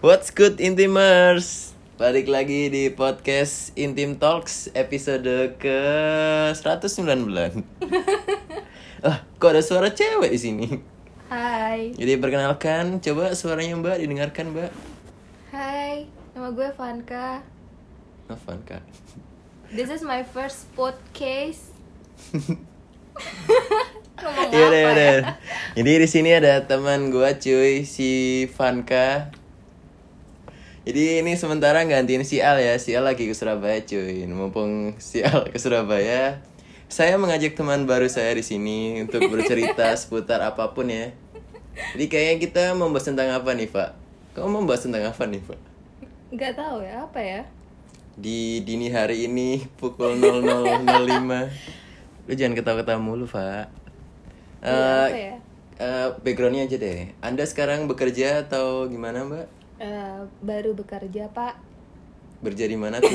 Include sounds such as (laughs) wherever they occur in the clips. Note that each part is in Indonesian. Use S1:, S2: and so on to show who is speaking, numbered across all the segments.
S1: What's good Intimers? Balik lagi di podcast Intim Talks episode ke 119. Ah, kok ada suara cewek di sini?
S2: Hai,
S1: Jadi perkenalkan, coba suaranya Mbak didengarkan, Mbak.
S2: hai, nama gue Vanka.
S1: Novan, Kak.
S2: This is my first podcast. Ngomong
S1: Iya
S2: apa
S1: deh,
S2: ya?
S1: deh. Jadi di sini ada teman gua cuy, si Vanka. Jadi ini sementara gantiin si Al ya, si Al lagi ke Surabaya cuy. Mumpung si Al ke Surabaya, saya mengajak teman baru saya di sini untuk
S2: (laughs)
S1: bercerita seputar apapun ya. Jadi kayaknya kita membahas tentang apa nih Pak? Kamu membahas tentang apa nih Pak?
S2: Nggak tahu ya apa ya?
S1: Di dini hari ini
S2: (laughs)
S1: pukul 00.05 Lu jangan ketawa-ketawa mulu Pak
S2: Iya,
S1: Eh,
S2: apa ya?
S1: eh, Backgroundnya aja deh Anda sekarang bekerja atau gimana Mbak?
S2: Eh, baru bekerja pak.
S1: Berja di mana tuh?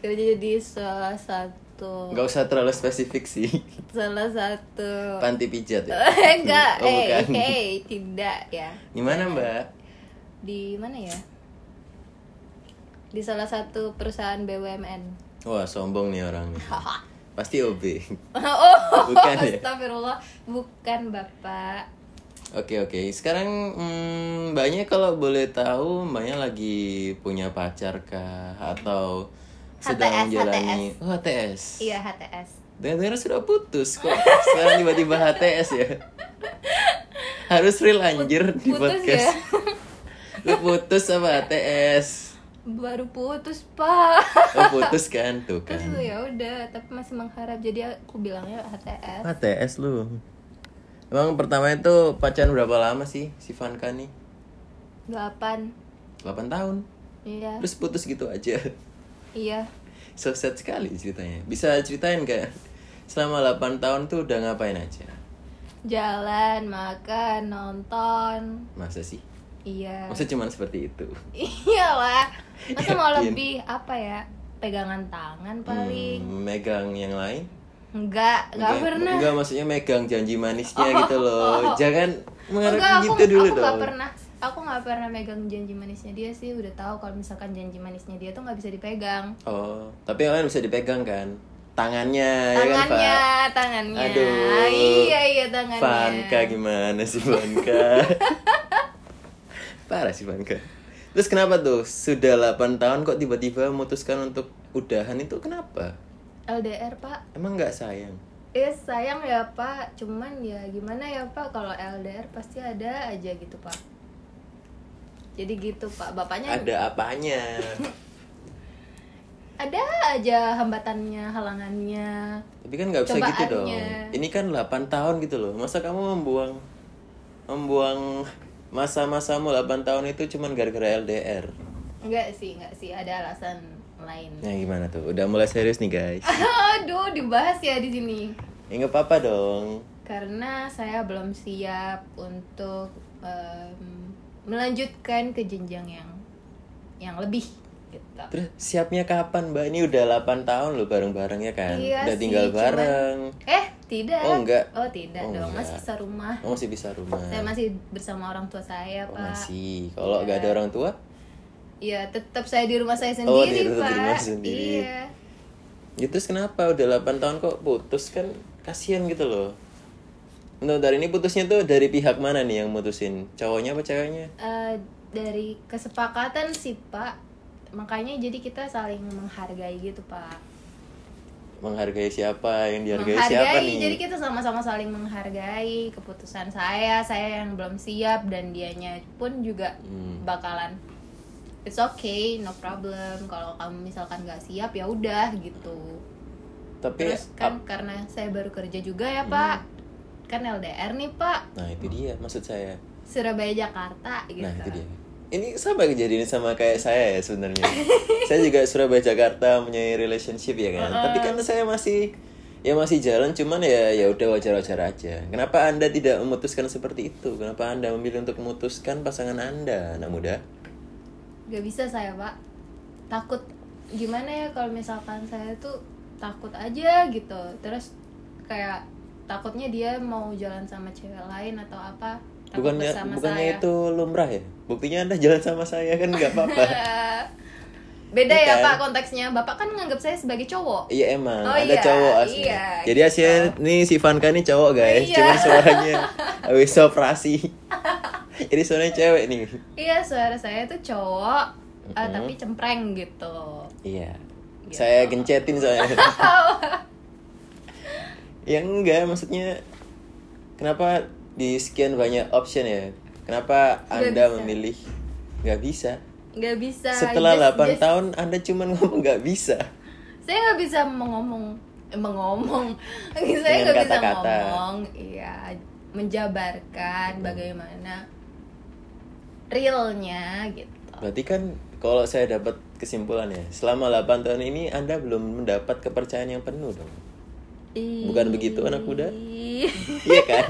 S2: Kerja di salah satu,
S1: Gak usah terlalu spesifik sih
S2: salah satu. (laughs)
S1: Panti pijat ya?
S2: Enggak,
S1: Oh,
S2: eh,
S1: bukan.
S2: hey, tidak ya.
S1: Gimana Mbak?
S2: Di mana ya? Di salah satu perusahaan BUMN.
S1: Wah sombong nih orang nih. Pasti OB
S2: Oh,
S1: Bukan ya?
S2: astagfirullah, bukan bapak.
S1: Oke oke, sekarang hmm, mbaknya kalau boleh tahu mbaknya lagi punya pacar kah atau sedang
S2: HTS.
S1: menjalani HTS. Oh, HTS.
S2: Iya HTS.
S1: Dengar-dengar sudah putus kok. Sekarang tiba-tiba HTS ya. Harus real anjir di
S2: putus
S1: podcast.
S2: ya?
S1: Lu putus sama HTS.
S2: Baru putus pak. (laughs)
S1: Lu putus kan tuh
S2: Terus
S1: kan.
S2: ya udah, tapi masih mengharap. Jadi aku bilangnya HTS.
S1: HTS lu. Emang pertama itu pacaran berapa lama sih si Vanka nih?
S2: 8
S1: 8 tahun.
S2: Iya.
S1: Terus putus gitu aja.
S2: Iya.
S1: So sad sekali ceritanya. Bisa ceritain kayak selama 8 tahun tuh udah ngapain aja?
S2: Jalan, makan, nonton.
S1: Masa sih?
S2: Iya.
S1: Masa cuman seperti itu?
S2: (laughs) Iyalah. Masa mau
S1: Yakin?
S2: lebih apa ya? Pegangan tangan paling.
S1: Hmm, megang yang lain? Hmm.
S2: Enggak, enggak
S1: Megang-
S2: pernah.
S1: Enggak, maksudnya megang janji manisnya gitu loh.
S2: oh.
S1: Jangan mengarep
S2: Enggak, aku
S1: gitu dulu
S2: aku
S1: dong.
S2: nggak pernah. Aku nggak pernah megang janji manisnya dia sih. Udah tahu kalau misalkan janji manisnya dia tuh nggak bisa dipegang.
S1: Oh, tapi yang lain bisa dipegang kan? Tangannya, ya
S2: tangannya,
S1: kan, Pak?
S2: tangannya.
S1: Aduh. gitu.
S2: Iya iya tangannya.
S1: Vanka gimana sih
S2: (laughs)
S1: Vanka? Parah sih Vanka. Terus kenapa tuh sudah 8 tahun kok tiba-tiba memutuskan untuk udahan itu kenapa?
S2: LDR pak.
S1: Emang nggak sayang?
S2: Eh sayang ya pak. Cuman ya gimana ya pak kalau LDR pasti ada aja gitu pak. Jadi gitu pak. Bapaknya
S1: Ada
S2: (laughs)
S1: apanya?
S2: ada aja hambatannya, halangannya.
S1: Tapi kan nggak bisa gitu dong.
S2: Cobaannya.
S1: Ini kan 8 tahun gitu loh. Masa kamu membuang membuang masa-masamu 8 tahun itu cuman gara-gara LDR.
S2: Enggak sih, enggak sih. Ada alasan lain.
S1: Nah, gimana tuh? Udah mulai serius nih,
S2: (laughs)
S1: guys.
S2: Aduh, dibahas ya di sini.
S1: Ya nggak apa-apa dong.
S2: karena saya belum siap untuk em, melanjutkan ke jenjang yang yang lebih gitu.
S1: Terus siapnya kapan, Mbak? Ini udah 8 tahun loh bareng-bareng ya kan?
S2: Iya
S1: udah
S2: sih,
S1: tinggal
S2: cuman-
S1: bareng.
S2: Eh, tidak.
S1: Oh, enggak.
S2: Oh, tidak
S1: Oh,
S2: dong.
S1: enggak.
S2: Masih serumah.
S1: Oh, masih bisa rumah.
S2: Saya masih bersama orang tua saya,
S1: Oh,
S2: Iya, Pak.
S1: masih. Kalau nggak ada orang tua?
S2: Iya, tetap saya di rumah saya
S1: Oh, di
S2: sendiri,
S1: rumah- di
S2: Pak.
S1: rumah sendiri.
S2: Iya.
S1: Ya terus kenapa udah 8 tahun kok putus kan kasihan gitu loh. Untuk dari ini putusnya tuh dari pihak mana nih yang mutusin? Cowoknya apa ceweknya?
S2: Eh, dari kesepakatan sih, Pak. Makanya jadi kita saling menghargai gitu, Pak.
S1: Menghargai siapa? Yang dihargai
S2: menghargai
S1: siapa nih?
S2: jadi kita sama-sama saling menghargai keputusan saya saya yang belum siap dan dianya pun juga
S1: Hmm.
S2: bakalan it's okay no problem kalau kamu misalkan nggak siap ya udah gitu
S1: Tapi
S2: terus
S1: Iya, ap- Hmm.
S2: kan karena saya baru kerja juga ya pak kan LDR nih pak
S1: nah itu dia maksud saya.
S2: Surabaya Jakarta gitu
S1: Nah, itu dia. Ini sama kejadian sama kayak saya ya
S2: (laughs)
S1: sebenarnya. saya juga Surabaya Jakarta punya relationship ya kan. Tapi kan saya masih ya masih jalan cuman ya ya udah wajar-wajar aja. Kenapa Anda tidak memutuskan seperti itu? Kenapa Anda memilih untuk memutuskan pasangan Anda, anak muda?
S2: Gak bisa saya pak Takut Gimana ya kalau misalkan saya tuh Takut aja gitu Terus kayak Takutnya dia mau jalan sama cewek lain atau apa Takut
S1: Bukannya
S2: bersama
S1: bukannya
S2: saya.
S1: itu lumrah ya? Buktinya Anda jalan sama saya kan nggak apa-apa.
S2: (laughs) Beda
S1: Iya
S2: ya
S1: kan?
S2: Pak konteksnya. Bapak kan nganggap saya sebagai cowok.
S1: Iya emang,
S2: Oh,
S1: ada
S2: iya,
S1: cowok asli.
S2: iya,
S1: Jadi aslinya nih si Vanka nih cowok guys,
S2: Iya.
S1: cuman
S2: (laughs)
S1: suaranya habis operasi. Jadi suaranya cewek nih.
S2: Iya, suara saya tuh cowok, eh, tapi cempreng gitu.
S1: Iya.
S2: Gitu.
S1: Saya gencetin
S2: (laughs)
S1: soalnya. ya enggak, maksudnya kenapa di sekian banyak option ya? Kenapa Anda
S2: bisa.
S1: memilih nggak bisa?
S2: Nggak bisa.
S1: Setelah 8
S2: just- just-
S1: tahun Anda cuman ngomong nggak bisa.
S2: Saya nggak bisa mengomong, eh, mengomong. (laughs) saya
S1: Dengan
S2: nggak bisa
S1: kata-kata.
S2: ngomong. Iya, menjabarkan
S1: Hmm.
S2: bagaimana realnya gitu.
S1: Berarti kan kalau saya dapat kesimpulannya, selama 8 tahun ini Anda belum mendapat kepercayaan yang penuh dong. Bukan begitu, anak muda?
S2: Ih.
S1: Iya
S2: (laughs)
S1: kan?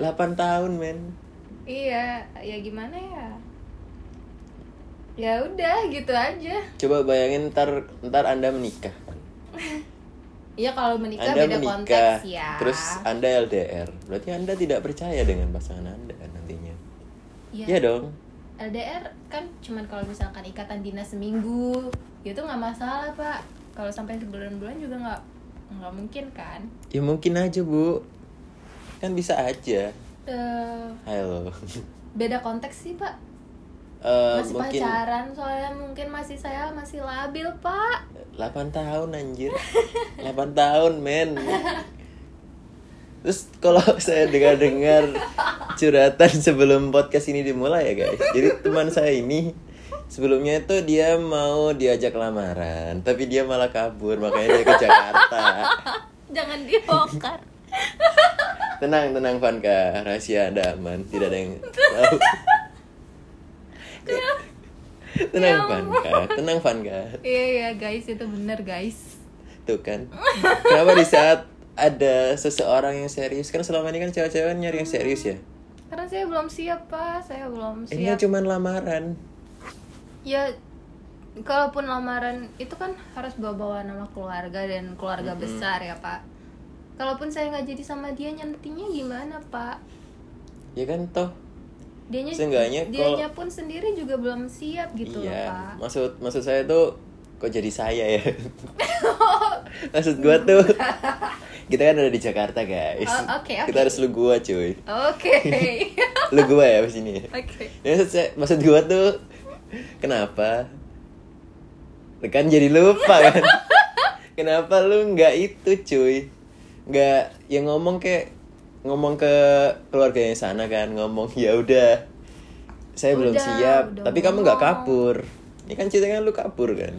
S1: 8 tahun, men.
S2: Iya, ya gimana ya? Ya udah gitu aja.
S1: Coba bayangin ntar ntar Anda menikah.
S2: Iya kalau menikah
S1: Anda
S2: beda
S1: menikah,
S2: konteks ya.
S1: terus Anda LDR. Berarti Anda tidak percaya dengan pasangan Anda kan nantinya.
S2: Iya.
S1: Iya dong.
S2: LDR kan cuman kalau misalkan ikatan dinas seminggu, ya itu nggak masalah pak. Kalau sampai sebulan-bulan juga nggak nggak mungkin kan.
S1: Ya mungkin aja, Bu. Kan bisa aja.
S2: Eh,
S1: Halo. (laughs)
S2: beda konteks sih pak.
S1: Eh,
S2: Masih
S1: mungkin
S2: pacaran soalnya mungkin masih saya masih labil pak.
S1: 8 tahun anjir 8 tahun men Terus kalau (laughs) saya dengar-dengar curhatan sebelum podcast ini dimulai ya guys Jadi teman saya ini sebelumnya itu dia mau diajak lamaran Tapi dia malah kabur makanya dia ke Jakarta
S2: Jangan dibongkar.
S1: Tenang, tenang Vanka, rahasia ada aman, tidak ada yang tahu Tenang Vanka, tenang Vanka
S2: Iya iya guys itu bener guys.
S1: Tuh kan. Kenapa di saat ada seseorang yang serius kan selama ini kan cewek-cewek nyari yang serius ya.
S2: Karena saya belum siap pak, saya belum
S1: Ini
S2: Hmm, siap.
S1: cuman lamaran.
S2: ya kalaupun lamaran itu kan harus bawa-bawa nama keluarga dan keluarga besar ya pak kalaupun saya nggak jadi sama dia nantinya gimana pak
S1: Ya kan toh.
S2: dianya
S1: Seenggaknya
S2: dianya pun sendiri juga belum siap gitu loh pak
S1: iya. Maksud maksud saya tuh kok jadi
S2: (laughs)
S1: saya ya. maksud gua tuh kita kan ada di Jakarta guys.
S2: Oh, oke, oke.
S1: Kita harus lu gua cuy. (laughs)
S2: oke
S1: Lu gua ya abis ini.
S2: oke
S1: Ya, maksud, saya- maksud gua tuh kenapa kan jadi lupa kan kenapa lu nggak itu cuy nggak yang ngomong kayak ngomong ke keluarganya sana kan ngomong ya udah saya belum
S2: Udah,
S1: siap
S2: udah
S1: tapi kamu nggak
S2: ngomong."
S1: kabur ini kan ceritanya lu kabur
S2: (laughs)
S1: kan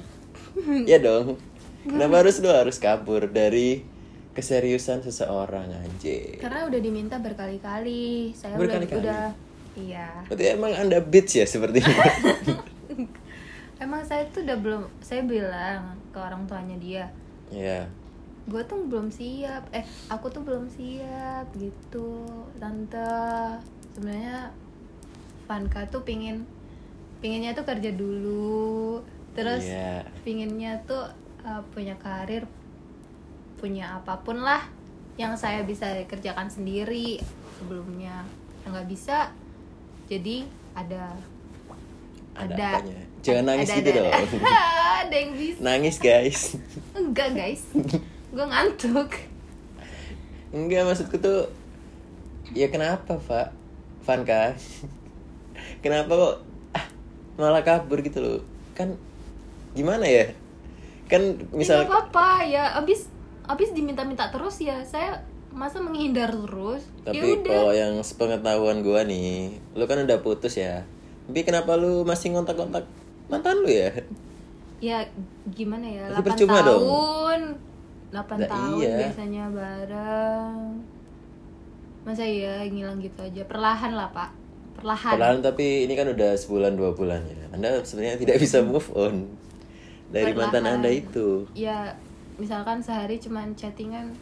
S1: ya dong kenapa harus lu harus kabur dari keseriusan seseorang anjir
S2: karena udah diminta berkali-kali saya
S1: Berkali-kali.
S2: udah udah iya
S1: berarti emang anda bitch ya seperti ini
S2: (laughs) emang saya tuh udah belum saya bilang ke orang tuanya dia
S1: ya
S2: gue tuh belum siap eh aku tuh belum siap gitu tante sebenarnya Vanka tuh pingin pinginnya tuh kerja dulu terus
S1: Iya.
S2: pinginnya tuh uh, punya karir punya apapun lah yang saya bisa kerjakan sendiri sebelumnya Yang nggak bisa jadi ada
S1: ada,
S2: Ada.
S1: apanya. Jangan
S2: ada-
S1: nangis
S2: ada-
S1: gitu
S2: ada- (laughs)
S1: dong.
S2: ada yang bisa
S1: nangis guys.
S2: enggak
S1: (laughs)
S2: guys gue ngantuk
S1: Enggak maksudku tuh ya kenapa, Pak? Vanka. kenapa kok ah, malah kabur gitu loh? Kan gimana ya? Kan
S2: Misal...
S1: misal
S2: apa-apa ya abis abis diminta-minta terus ya saya masa menghindar terus ya
S1: tapi
S2: udah
S1: kalau yang sepengetahuan gua nih, lu kan udah putus ya. Tapi kenapa lu masih ngontak-kontak mantan lu ya?
S2: ya gimana ya
S1: Berarti
S2: 8
S1: percuma dong.
S2: tahun 8
S1: Lah,
S2: tahun
S1: iya.
S2: biasanya bareng masa ya ngilang gitu aja perlahan lah pak perlahan,
S1: Perlahan tapi ini kan udah sebulan dua bulan ya. Anda sebenarnya tidak bisa move on dari mantan Anda
S2: Perlahan.
S1: itu.
S2: ya misalkan sehari cuman chattingan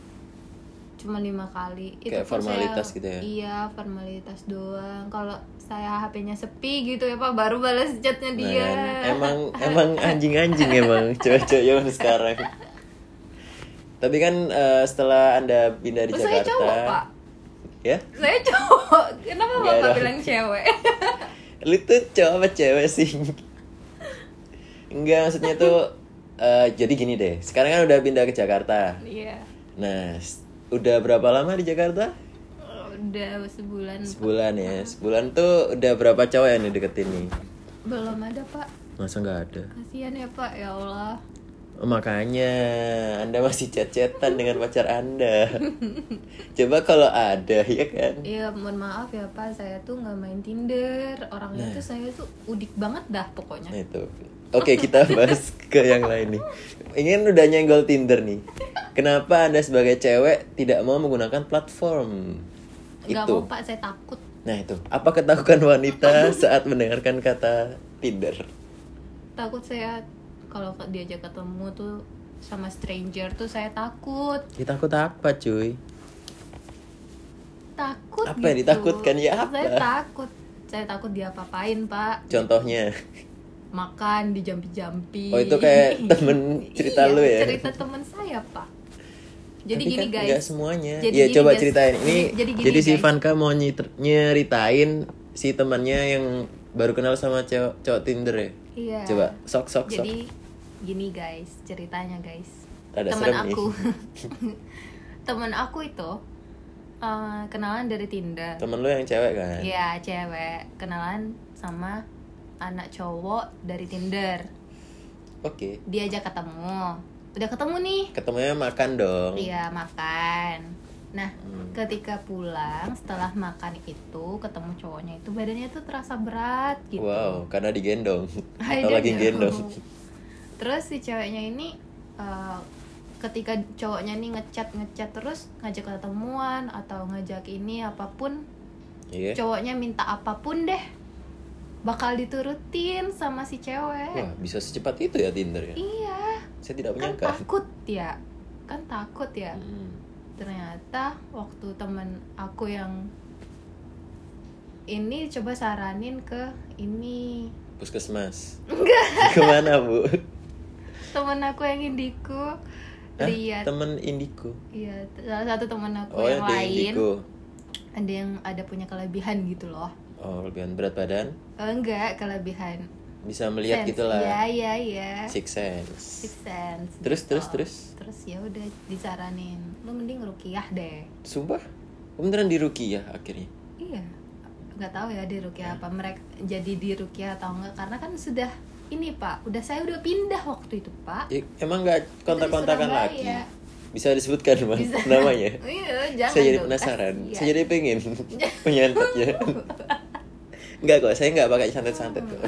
S2: cuma lima kali
S1: Kayak
S2: pun saya-
S1: formalitas gitu ya?
S2: iya formalitas doang kalau saya HP-nya sepi gitu ya pak baru balas chatnya
S1: Nah,
S2: dia
S1: kan, emang emang anjing-anjing emang cowok-cowok zaman sekarang. Tapi kan eh, setelah Anda pindah di
S2: Oh, saya
S1: Jakarta.
S2: cowok, Pak.
S1: ya
S2: Saya cowok, (laughs) kenapa
S1: Nggak
S2: bapak
S1: ada.
S2: bilang cewek? (laughs)
S1: lu tuh cowok apa cewek sih enggak maksudnya tuh eh, jadi gini deh sekarang kan udah pindah ke Jakarta
S2: Iya,
S1: nah s- udah berapa lama di Jakarta
S2: udah sebulan
S1: sebulan ya sebulan tuh udah berapa cowok yang dideketin nih
S2: belum ada pak.
S1: masa nggak ada
S2: Kasihan ya pak, ya Allah.
S1: makanya anda masih cecetan dengan pacar anda (laughs) coba kalau ada ya kan
S2: Iya, mohon maaf ya pak, saya tuh nggak main Tinder. Orangnya tuh saya tuh udik banget dah pokoknya.
S1: Nah, itu oke
S2: (laughs)
S1: kita bahas ke yang lain nih ingin udah nyenggol Tinder nih kenapa anda sebagai cewek tidak mau menggunakan platform
S2: Nggak
S1: Eh, itu
S2: mau pak, saya takut.
S1: nah itu apa ketakutan
S2: (laughs)
S1: wanita saat mendengarkan kata Tinder
S2: Takut saya kalau ke- diajak ketemu tuh sama stranger tuh saya takut.
S1: kita takut apa cuy
S2: Takut
S1: Apa yang
S2: gitu.
S1: ditakutkan? Ya apa?
S2: Saya takut. Saya takut diapa-apain pak.
S1: contohnya
S2: Makan dijampi-jampi.
S1: Oh, itu
S2: (laughs)
S1: kayak temen cerita
S2: Iya,
S1: lu ya?
S2: Cerita temen saya pak. Jadi
S1: Tapi
S2: gini
S1: kan
S2: guys.
S1: nggak semuanya.
S2: Jadi
S1: ya
S2: gini,
S1: coba
S2: guys.
S1: ceritain. Ini
S2: Jadi
S1: jadi,
S2: gini,
S1: si
S2: guys.
S1: Vanka mau nyiter- nyeritain si temannya yang baru kenal sama cowok, cowok Tinder ya.
S2: Iya.
S1: Coba sok sok sok.
S2: Jadi gini guys, ceritanya guys.
S1: Rada
S2: teman
S1: serem nih. (laughs)
S2: aku. teman aku itu eh, kenalan dari Tinder.
S1: Temen lu yang cewek kan?
S2: Iya, cewek. Kenalan sama anak cowok dari Tinder.
S1: Oke.
S2: Diajak ketemu. Udah ketemu nih.
S1: Ketemunya makan dong.
S2: Iya, makan. Nah,
S1: Oh. Hmm.
S2: ketika pulang setelah makan itu ketemu cowoknya itu badannya tuh terasa berat gitu.
S1: Wow, karena digendong. (laughs)
S2: I
S1: Atau
S2: don't
S1: lagi
S2: know.
S1: gendong.
S2: (laughs) Terus si ceweknya ini eh, ketika cowoknya nih ngechat ngechat terus ngajak ketemuan atau ngajak ini apapun,
S1: Iya.
S2: cowoknya minta apapun deh. Bakal diturutin sama si cewek.
S1: Wah, bisa secepat itu ya Tinder ya?
S2: Iya,
S1: Saya tidak
S2: kan
S1: menyangka.
S2: takut ya. Kan takut ya.
S1: Hmm.
S2: Ternyata waktu temen aku yang ini coba saranin ke ini
S1: Puskesmas. (laughs) Kemana, Bu?
S2: temen aku yang indiku
S1: Hah?
S2: lihat
S1: Temen Indigo.
S2: iya salah satu temen aku
S1: Oh, yang
S2: yang
S1: di
S2: lain
S1: Indigo.
S2: ada yang ada punya kelebihan gitu loh
S1: Oh, lebihan berat badan.
S2: Eh, enggak kelebihan
S1: Bisa melihat
S2: Sense. iya
S1: gitulah.
S2: iya iya
S1: Six sense.
S2: Sixth sense gitu
S1: Terus, terus, terus.
S2: terus ya udah disaranin lu mending rukiah deh
S1: Sumpah? Beneran di Ruki ya akhirnya?
S2: iya nggak tahu ya di rukiah apa mereka jadi di rukiah atau enggak karena kan sudah ini pak udah saya udah pindah waktu itu pak
S1: Ya, emang nggak kontak-kontakan
S2: Surabaya.
S1: lagi? Bisa disebutkan mas
S2: iya. Bisa.
S1: namanya?
S2: (laughs) iya jangan
S1: saya jadi
S2: dong.
S1: penasaran.
S2: Kasihan.
S1: Saya jadi pengen (laughs)
S2: (laughs)
S1: menyantetnya. Enggak kok, saya nggak pakai santet-santet
S2: (laughs)
S1: kok.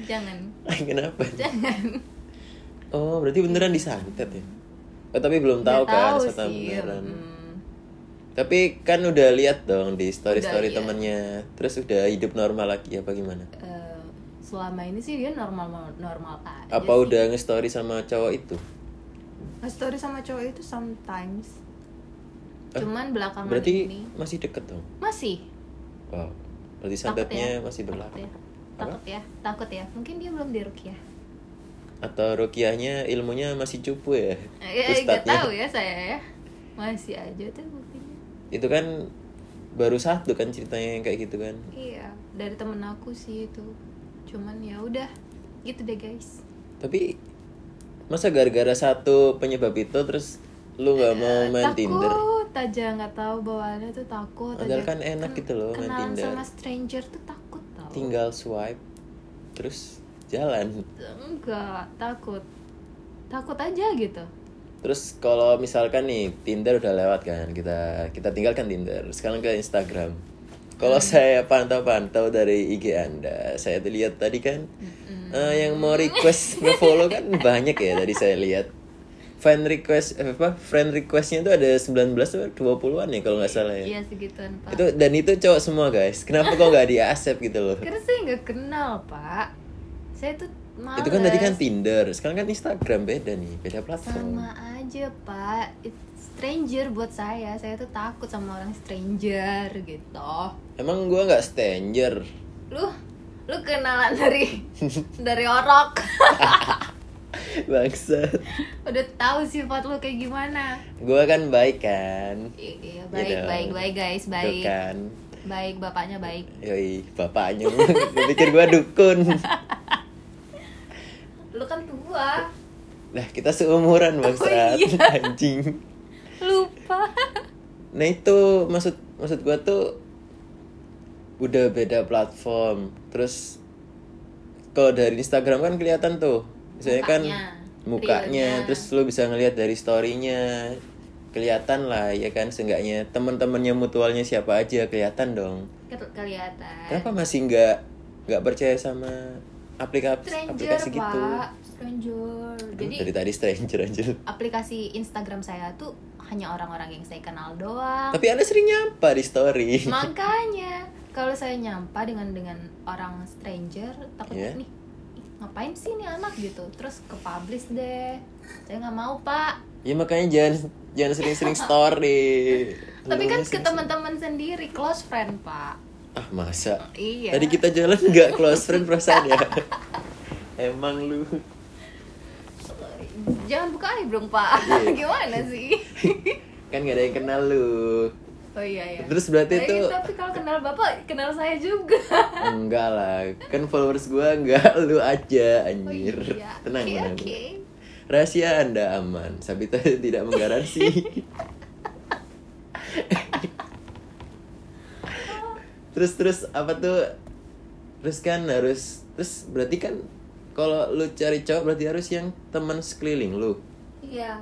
S2: jangan
S1: Kenapa?
S2: jangan
S1: Oh, berarti beneran disantet ya? Oh, tapi belum tahu
S2: Nggak
S1: kan
S2: tahu
S1: serta
S2: sih,
S1: beneran.
S2: mm.
S1: Tapi kan udah lihat dong di
S2: Udah iya.
S1: story-story
S2: lihat.
S1: temennya. Terus udah hidup normal lagi apa gimana?
S2: Eh, selama ini sih dia normal normal aja
S1: Apa
S2: Iya sih.
S1: udah nge-story sama cowok itu?
S2: story sama cowok itu sometimes cuman belakangan
S1: Eh, Berarti
S2: ini
S1: masih deket dong.
S2: masih
S1: Wow. Berarti
S2: Takut
S1: santetnya
S2: ya.
S1: masih berlaku.
S2: takut ya takut ya takut ya mungkin dia belum dirukyah
S1: Atau rukiahnya ilmunya masih cupu ya?
S2: ya nggak
S1: Ustadznya.
S2: tahu ya saya ya masih aja tuh buktinya
S1: Itu kan baru satu kan ceritanya yang kayak gitu kan.
S2: iya dari temen aku sih itu cuman ya udah gitu deh guys
S1: Tapi masa gara-gara satu penyebab itu terus lu nggak Eh, mau main
S2: Eh, takut
S1: Tinder?
S2: aja nggak tahu bawaannya tuh takut
S1: Padahal kan enak gitu loh main
S2: kenalan
S1: Tinder.
S2: sama stranger tuh takut tau
S1: Tinggal swipe terus jalan.
S2: enggak takut takut aja gitu
S1: Terus kalau misalkan nih Tinder udah lewat kan, kita kita tinggalkan Tinder. Sekarang ke Instagram. Kalau
S2: Hmm.
S1: saya pantau-pantau dari IG Anda, saya tuh lihat tadi kan eh, yang mau request nge-follow kan banyak ya tadi saya lihat. Fan request eh, apa? Friend requestnya tuh ada 19 atau 20-an ya kalau nggak salah ya.
S2: iya segituan pak
S1: Itu dan itu cowok semua guys. Kenapa kok nggak di accept gitu loh?
S2: karena saya nggak kenal pak saya tuh males
S1: Itu kan tadi kan Tinder, sekarang kan Instagram beda nih, beda platform.
S2: sama aja pak It's stranger buat saya saya tuh takut sama orang stranger gitu
S1: Emang gua nggak stranger. (laughs)
S2: lu lu kenalan dari dari orok
S1: Bangsa.
S2: (laughs) udah tahu sifat lo kayak gimana
S1: Gua kan baik kan.
S2: I- iya
S1: Iya
S2: baik
S1: dong.
S2: baik baik guys
S1: Tuh
S2: baik
S1: kan.
S2: baik bapaknya baik
S1: Yoi, bapaknya. (laughs) Gua pikir gua dukun.
S2: lu kan tua
S1: Nah, kita seumuran bangsa.
S2: iya.
S1: Anjing.
S2: lupa (laughs)
S1: Nah, itu maksud maksud gua tuh udah beda platform. Terus kalau dari Instagram kan kelihatan tuh. Misalnya kan
S2: Mukanya,
S1: mukanya,
S2: realnya.
S1: terus lu bisa ngelihat dari story-nya. Kelihatan lah ya kan seenggaknya teman-temannya mutualnya siapa aja kelihatan dong.
S2: Ket- kelihatan
S1: Kenapa masih nggak nggak percaya sama aplikasi
S2: stranger
S1: aplikasi gitu?
S2: pak stranger jadi
S1: Dari tadi stranger aja.
S2: aplikasi Instagram saya tuh hanya orang-orang yang saya kenal doang
S1: Tapi anda sering nyapa di story.
S2: (laughs) makanya kalau saya nyampa dengan dengan orang stranger takutnya
S1: Iya.
S2: nih "Ih, ngapain sih nih anak gitu terus ke publish deh saya nggak mau pak
S1: ya makanya jangan jangan sering-sering story.
S2: tapi
S1: Lu
S2: kan ke
S1: sering-
S2: teman-teman sendiri close friend pak
S1: Ah masa.
S2: iya
S1: Tadi kita jalan nggak close friend perasaan ya. (laughs) Emang lu.
S2: jangan buka aib dong pak
S1: Iya.
S2: (laughs) gimana sih
S1: Kan nggak ada yang kenal lu.
S2: oh iya ya
S1: Terus berarti
S2: Tapi-
S1: tuh-
S2: tapi kalau kenal bapak kenal saya juga
S1: Enggak lah, kan followers gua enggak (laughs) lu aja
S2: oh
S1: anjir.
S2: iya
S1: (laughs) Tenang,
S2: oke
S1: tenang.
S2: oke
S1: Rahasia Anda aman. Sabita tidak menggaransi.
S2: (laughs) Oh,
S1: terus terus apa tuh? Terus kan harus terus berarti kan kalau lu cari cowok berarti harus yang teman sekeliling lu.
S2: iya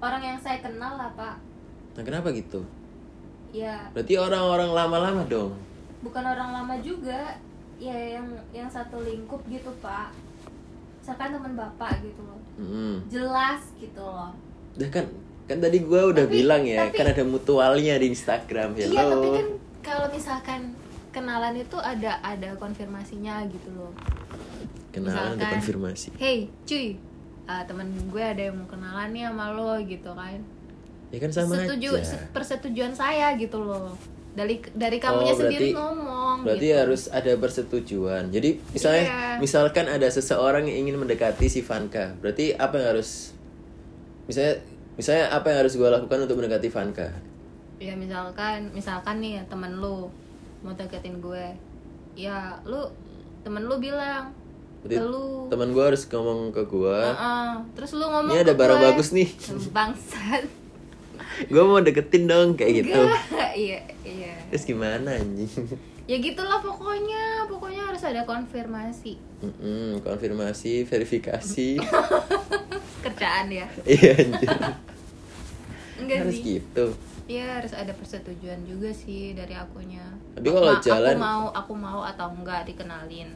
S2: orang yang saya kenal lah pak
S1: Nah, kenapa gitu?
S2: ya
S1: Berarti orang-orang lama-lama dong.
S2: bukan orang lama juga ya yang yang satu lingkup gitu pak misalkan teman bapak gitu loh
S1: Mm-mm.
S2: jelas gitu loh
S1: Hmm. Dah kan kan tadi gua udah
S2: Tapi-
S1: bilang ya,
S2: tapi-
S1: kan ada mutualnya di Instagram. Hello.
S2: iya tapi kan kalau misalkan kenalan itu ada ada konfirmasinya gitu loh
S1: Kenalan ada
S2: misalkan-
S1: konfirmasi.
S2: hey cuy ah, temen gue ada yang mau kenalan nih sama lo gitu kan
S1: Ya kan sama
S2: setuju
S1: aja.
S2: se- persetujuan saya gitu loh dari dari
S1: Oh,
S2: kamunya
S1: berarti-
S2: sendiri ngomong
S1: Berarti
S2: gitu.
S1: harus ada persetujuan. Jadi misalnya
S2: Iya.
S1: misalkan ada seseorang yang ingin mendekati si Vanka, berarti apa yang harus misalnya misalnya apa yang harus gue lakukan untuk mendekati Vanka?
S2: ya misalkan misalkan nih ya, temen lu mau deketin gue ya lu temen lu bilang
S1: Berarti
S2: ke lu
S1: teman gue harus ngomong ke gue.
S2: Heeh. terus lu ngomong
S1: Ini ada
S2: ke ya."
S1: barang
S2: gue,
S1: bagus nih.
S2: bangsat
S1: Gue mau deketin dong (laughs) kayak gitu.
S2: Enggak. iya iya
S1: Terus gimana anjing? (laughs)
S2: ya gitulah pokoknya pokoknya harus ada konfirmasi
S1: Mm-mm, konfirmasi, verifikasi.
S2: (laughs) kerjaan ya
S1: Iya anjir.
S2: enggak
S1: Harus
S2: sih
S1: gitu.
S2: ya harus ada persetujuan juga sih dari akunya
S1: Tapi kalau
S2: Ma-
S1: jalan-
S2: aku mau aku mau atau enggak dikenalin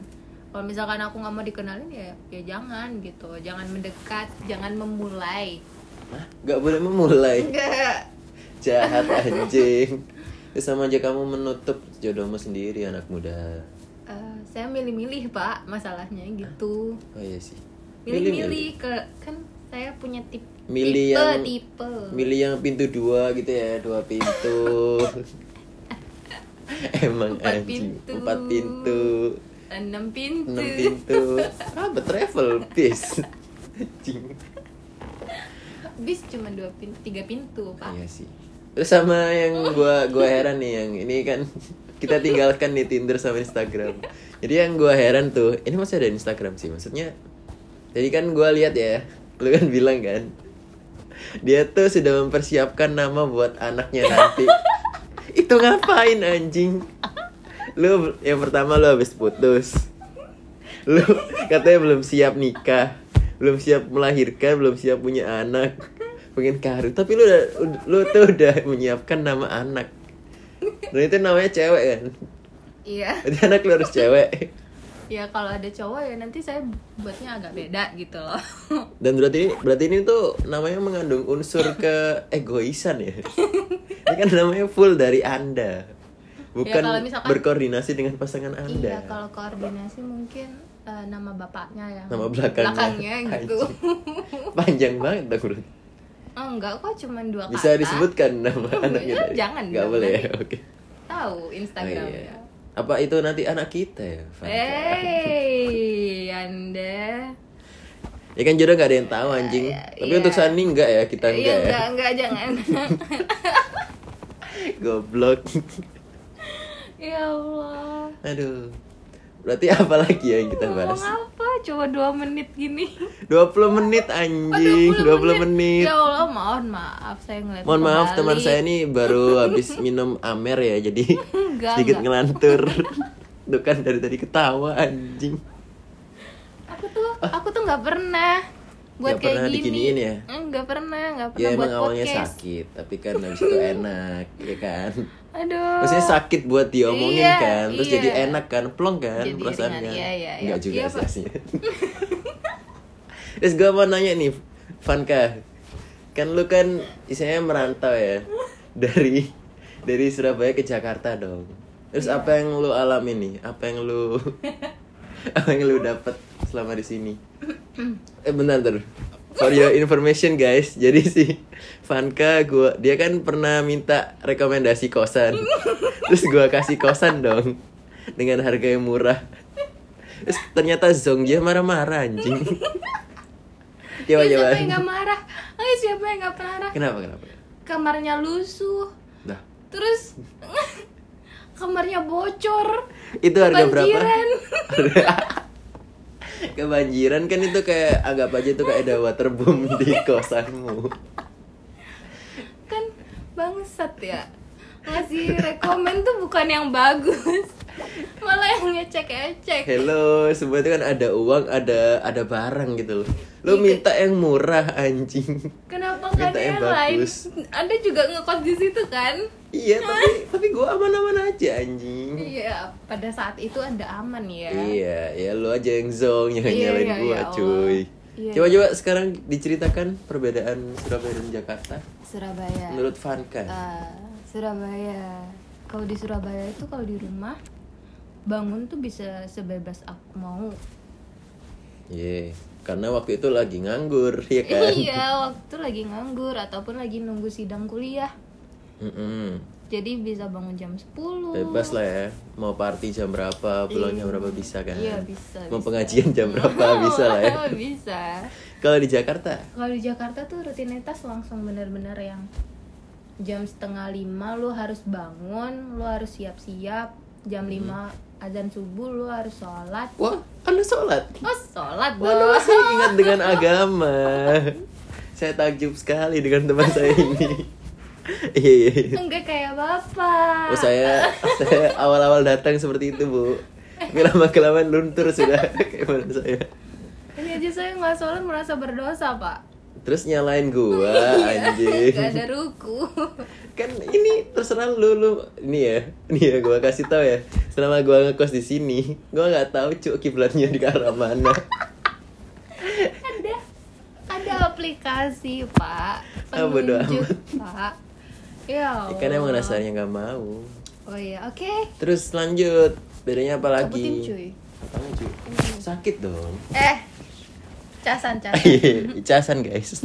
S2: kalau misalkan aku nggak mau dikenalin ya ya jangan gitu jangan mendekat jangan memulai
S1: Hah? Gak boleh memulai.
S2: enggak
S1: jahat anjing Ya sama aja kamu menutup jodohmu sendiri anak muda
S2: Eh, saya milih-milih pak masalahnya gitu
S1: oh iya sih
S2: milih-milih ke kan saya punya tip
S1: Milih
S2: tipe
S1: yang-
S2: tipe
S1: milih yang pintu dua gitu ya dua
S2: (laughs)
S1: pintu emang
S2: Empat
S1: anjing
S2: pintu.
S1: empat pintu
S2: enam pintu, (laughs)
S1: enam pintu apa travel bis anjing
S2: bis cuma dua pintu tiga pintu pak
S1: iya sih terus sama yang gua gua heran nih yang ini kan (laughs) kita tinggalkan di Tinder sama Instagram jadi yang gua heran tuh ini masih ada di Instagram sih maksudnya jadi kan gua lihat ya (laughs) lu kan bilang kan dia tuh sudah mempersiapkan nama buat anaknya nanti itu ngapain anjing lu yang pertama lu habis putus lu katanya belum siap nikah belum siap melahirkan belum siap punya anak pengen karu tapi lu udah, lu tuh udah menyiapkan nama anak dan itu namanya cewek kan
S2: iya
S1: jadi anak lu harus cewek
S2: ya kalau ada cowok ya nanti saya buatnya agak beda gitu loh
S1: dan berarti berarti ini tuh namanya mengandung unsur ke egoisan ya ini kan namanya full dari anda bukan
S2: kalau misalkan-
S1: berkoordinasi dengan pasangan anda
S2: iya kalau koordinasi mungkin eh, nama bapaknya yang
S1: nama belakangnya,
S2: belakangnya gitu
S1: Anjing. panjang banget dong bro.
S2: (laughs) oh, enggak kok cuma dua kata
S1: bisa disebutkan nama anaknya
S2: Ya,
S1: tadi?
S2: jangan
S1: nggak
S2: dong,
S1: boleh ya
S2: nanti.
S1: oke
S2: tahu
S1: Oh,
S2: Instagramnya
S1: iya. apa itu
S2: Eh.
S1: nanti anak kita ya Vanka?
S2: Hey, Anda.
S1: (laughs) ya kan jodoh nggak ada yang tahu anjing
S2: Ya,
S1: tapi
S2: iya.
S1: untuk Sani enggak ya kita
S2: Iya,
S1: enggak ya
S2: enggak, enggak, jangan.
S1: (laughs)
S2: (laughs)
S1: goblok (laughs)
S2: ya Allah.
S1: aduh berarti apa lagi yang kita bahas
S2: Ngomong apa? Coba dua menit gini.
S1: 20 menit anjing 20 menit
S2: Ya Allah, mohon maaf saya ngeliat.
S1: mohon maaf
S2: kembali.
S1: teman saya ini baru
S2: (laughs)
S1: habis minum amer ya jadi (laughs)
S2: Enggak,
S1: sedikit
S2: enggak.
S1: ngelantur (laughs) Tuh kan dari tadi ketawa anjing
S2: Aku tuh, aku tuh nggak pernah
S1: Ah.
S2: buat
S1: Nggak
S2: kayak
S1: pernah
S2: gini.
S1: diginiin ya?
S2: Enggak pernah, nggak pernah
S1: ya
S2: buat
S1: emang awalnya
S2: podcast.
S1: sakit tapi kan habis itu enak ya kan
S2: Aduh.
S1: maksudnya sakit buat diomongin
S2: Iya,
S1: kan terus
S2: iya.
S1: jadi enak kan plong kan
S2: Jadi
S1: perasaannya
S2: ringan, iya, iya, iya.
S1: nggak juga
S2: Iya, Pak.
S1: rasanya terus gue mau nanya nih Vanka kan lu kan istilahnya merantau ya dari dari Surabaya ke Jakarta dong terus
S2: Iya.
S1: apa yang lu alami nih apa yang lu (laughs) apa yang lu dapat selama di sini eh bentar bentar for your information guys (laughs) jadi si Vanka gua dia kan pernah minta rekomendasi kosan
S2: (laughs)
S1: terus gua kasih kosan dong dengan harga yang murah terus ternyata Zong dia marah-marah
S2: (laughs)
S1: anjing
S2: Ya,
S1: coba coba
S2: siapa yang Iya, nggak marah? Ayo siapa yang nggak marah?
S1: kenapa kenapa
S2: Kamarnya lusuh.
S1: nah
S2: Terus (laughs) kamarnya bocor.
S1: itu harga
S2: Kebanjiran. (laughs)
S1: berapa kebanjiran kan itu kayak anggap aja itu kayak ada waterboom
S2: (laughs)
S1: di kosanmu
S2: kan bangsat ya ngasih rekomen tuh bukan yang bagus (laughs) malah yang ngecek-ngecek
S1: Hello, semua itu kan ada uang, ada ada barang gitu loh. Lo
S2: Iya,
S1: minta yang murah
S2: (laughs)
S1: anjing.
S2: kenapa nggak
S1: Minta
S2: ada
S1: yang
S2: yang lain
S1: bagus.
S2: anda juga ngekos di situ kan
S1: Iya, tapi tapi gua aman-aman aja anjing.
S2: iya pada saat itu anda aman ya
S1: Hmm. Iya, ya lo aja yang zong, jangan
S2: Iya,
S1: nyalain
S2: iya,
S1: gua,
S2: ya Allah.
S1: cuy.
S2: Iya.
S1: Coba coba sekarang diceritakan perbedaan Surabaya dan Jakarta
S2: Surabaya
S1: menurut Vanka.
S2: Ah, Surabaya kalau di Surabaya itu kalau di rumah bangun tuh bisa sebebas aku mau
S1: Iya, karena waktu itu lagi nganggur, (laughs) ya kan?
S2: (laughs) iya waktu lagi nganggur ataupun lagi nunggu sidang kuliah
S1: Mm-mm.
S2: jadi bisa bangun jam 10
S1: Bebas lah ya, mau party jam berapa, pulang jam berapa bisa kan?
S2: Iya, bisa,
S1: Mau
S2: bisa.
S1: pengajian
S2: (laughs)
S1: jam berapa bisa lah ya.
S2: bisa
S1: Kalau di Jakarta,
S2: kalau di Jakarta tuh rutinitas langsung bener-bener yang jam setengah lima lu harus bangun lu harus siap-siap jam
S1: Hmm.
S2: lima azan subuh lu harus sholat
S1: Wah, anda sholat?
S2: oh sholat
S1: Wah, Anda
S2: dong
S1: masih ingat dengan agama. Saya takjub sekali dengan teman saya ini. Iya, iya, iya.
S2: enggak kayak bapak
S1: Oh, saya, saya awal-awal datang seperti itu, Bu. Tapi lama-kelamaan luntur sudah kayak mana saya.
S2: ini aja saya nggak sholat merasa berdosa pak
S1: Terus nyalain gua,
S2: (laughs) Gak
S1: anjing.
S2: ada ruku
S1: Kan ini terserah lu, lu. Ini ya, ini ya gua kasih tahu ya. Selama gua ngekos di sini, gua nggak tahu cuk kiblatnya di arah mana.
S2: ada ada aplikasi pak
S1: Ah, bodo amat.
S2: penunjuk pak ya
S1: Ikan Kan emang
S2: Allah.
S1: dasarnya nggak mau.
S2: oh iya oke
S1: Terus lanjut bedanya apa lagi?
S2: Cabutin, cuy.
S1: Apanya, cuy? Sakit dong.
S2: eh casan
S1: (laughs)
S2: casan
S1: Icasan guys.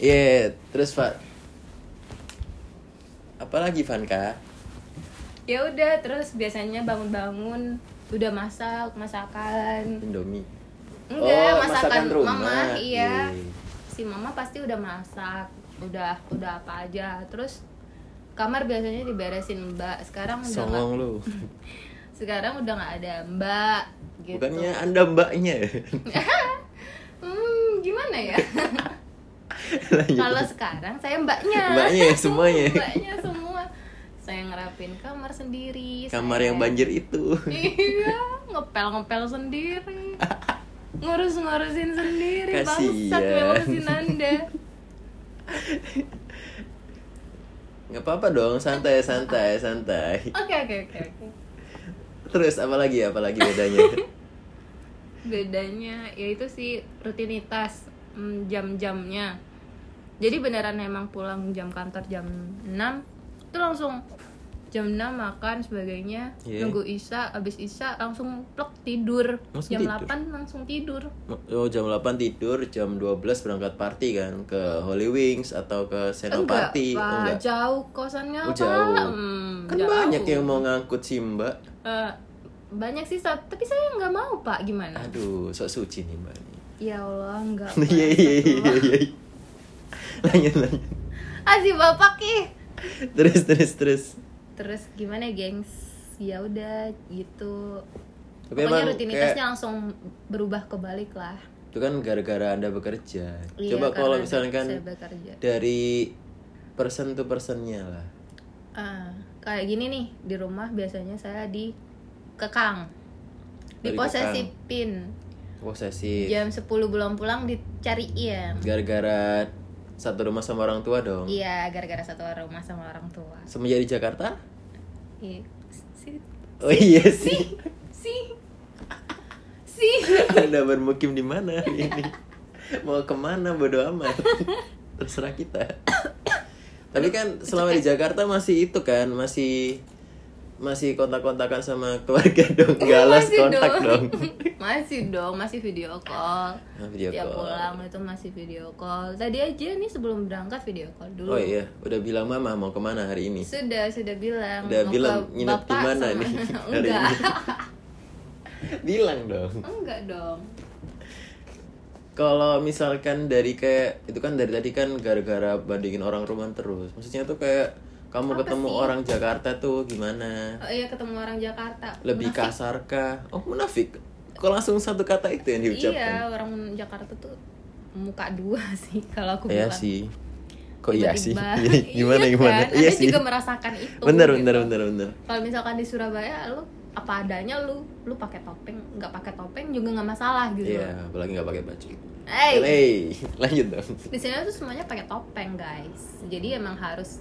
S1: Iya, terus Pak. Apalagi Vanka?
S2: ya udah terus biasanya bangun-bangun udah masak masakan
S1: Indomie.
S2: enggak
S1: Oh, masakan
S2: masakan,
S1: rumah.
S2: mama iya
S1: Iya.
S2: si mama pasti udah masak udah udah apa aja terus kamar biasanya diberesin mbak sekarang udah nggak
S1: Songong lu.
S2: sekarang udah nggak ada mbak (laughs) gitu
S1: Bukannya Anda
S2: (laughs)
S1: mbaknya. (laughs)
S2: hmm gimana ya
S1: Lanjut.
S2: kalau sekarang saya mbaknya
S1: Gitu. Mbaknya ya, semuanya.
S2: (laughs) mbaknya semua saya ngerapin kamar sendiri
S1: Kamar
S2: saya-
S1: yang banjir itu.
S2: (laughs) iya ngepel ngepel
S1: (laughs)
S2: sendiri ngurus ngurusin sendiri bangsat
S1: Kasian.
S2: memang si Nanda
S1: nggak apa-apa dong, santai, santai, santai.
S2: oke oke oke oke
S1: Terus apalagi apalagi
S2: (laughs)
S1: bedanya?
S2: bedanya yaitu sih rutinitas mm, jam-jamnya jadi beneran emang pulang jam kantor jam 6 itu langsung jam 6 makan sebagainya
S1: Iya.
S2: nunggu isa abis isa langsung plek tidur
S1: Langsung
S2: jam
S1: tidur?
S2: 8 langsung tidur
S1: Oh, jam 8 tidur, jam 12 berangkat party kan ke Holy Wings atau ke Seno
S2: enggak,
S1: Party.
S2: Pak.
S1: Oh, enggak.
S2: jauh kosannya
S1: Oh,
S2: Pak.
S1: jauh.
S2: Hmm,
S1: Kan
S2: jauh.
S1: banyak yang mau ngangkut si Mbak.
S2: Eh, banyak sih Sat. tapi saya nggak mau pak gimana
S1: Aduh, sok suci nih Mbak. nih.
S2: Ya Allah, enggak.
S1: (laughs) Iya iya iya iya. Lanjut lanjut.
S2: Asih bapak ih.
S1: Terus terus terus.
S2: Terus gimana ya, gengs? Ya udah gitu.
S1: Tapi
S2: Pokoknya
S1: emang
S2: rutinitasnya
S1: kayak-
S2: langsung berubah kebalik lah.
S1: Itu kan gara-gara Anda bekerja.
S2: Iya,
S1: Coba kalau
S2: karena saya
S1: misalkan
S2: bekerja.
S1: dari person to personnya lah.
S2: Ah, kayak gini nih di rumah biasanya saya di kekang.
S1: Dari
S2: Diposesipin.
S1: Posesif.
S2: Jam 10 belum pulang dicariin.
S1: Gara-gara satu rumah sama orang tua dong.
S2: Iya, gara-gara satu rumah sama orang tua.
S1: Semenjak di Jakarta?
S2: Iya. Si
S1: Oh iya
S2: (laughs)
S1: sih.
S2: si si
S1: (laughs) Anda bermukim di mana hari ini? Mau kemana bodo
S2: (laughs)
S1: amat. Terserah
S2: (coughs)
S1: kita. Tapi kan selama di Jakarta masih itu kan, masih masih kontak-kontakan sama keluarga dong, gak lost
S2: Iya, Masih
S1: kontak dong.
S2: (laughs) masih dong masih video call
S1: Nah, video
S2: tiap
S1: call.
S2: pulang itu masih video call tadi aja nih sebelum berangkat video call dulu
S1: Oh iya, udah bilang mama mau kemana hari ini.
S2: sudah sudah bilang
S1: Udah
S2: Mau
S1: bilang
S2: ke
S1: nginep di
S2: bapak
S1: mana
S2: (laughs) sama-
S1: nih hari
S2: enggak
S1: ini. (laughs) bilang dong.
S2: enggak dong
S1: Kalau misalkan dari kayak itu kan dari tadi kan gara-gara bandingin orang rumah terus. Maksudnya tuh kayak kamu ketemu orang Jakarta tuh gimana?
S2: oh, iya ketemu orang Jakarta Iya,
S1: Lebih
S2: Munafik.
S1: kasar kah? Oh munafik. Kok langsung satu kata itu yang diucapkan?
S2: iya orang Jakarta tuh muka dua (laughs) sih kalau aku
S1: Iya
S2: bilang
S1: sih. Kok iya sih? (laughs)
S2: Tiba-tiba.
S1: Iya, gimana
S2: Iya
S1: gimana?
S2: kan?
S1: Iya
S2: Anda
S1: sih. (laughs)
S2: juga merasakan itu
S1: Bener
S2: gitu.
S1: bener bener bener.
S2: kalau misalkan di Surabaya lu apa adanya lu lu pakai topeng nggak pakai topeng juga nggak masalah gitu
S1: Iya, apalagi nggak pakai baju.
S2: Hey.
S1: Hey, (laughs) lanjut dong.
S2: di sini tuh semuanya pakai topeng guys jadi emang harus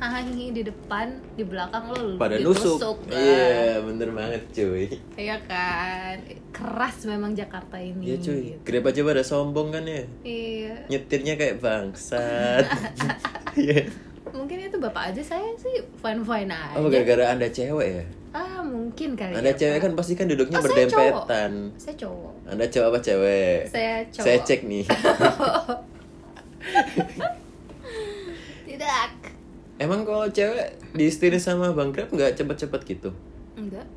S2: hahaha di depan di belakang lu
S1: Pada
S2: ditusuk,
S1: nusuk.
S2: kan.
S1: Iya, bener banget cuy.
S2: iya kan keras memang Jakarta
S1: Iya
S2: ini
S1: cuy.
S2: gitu.
S1: Grab aja pada sombong kan ya.
S2: iya
S1: Nyetirnya kayak
S2: (laughs)
S1: bangsat. Iya.
S2: mungkin itu bapak aja saya sih fine fine aja
S1: Apa gara-gara anda cewek ya?
S2: ah mungkin kali
S1: Anda
S2: ya,
S1: cewek
S2: Pak.
S1: kan pasti kan duduknya
S2: Oh, saya
S1: berdempetan.
S2: saya cowok
S1: Anda cowok apa cewek?
S2: saya cowok
S1: Saya cek
S2: (laughs)
S1: nih.
S2: tidak
S1: Emang kalau cewek di setir sama Bang Grab nggak cepet-cepet gitu?
S2: enggak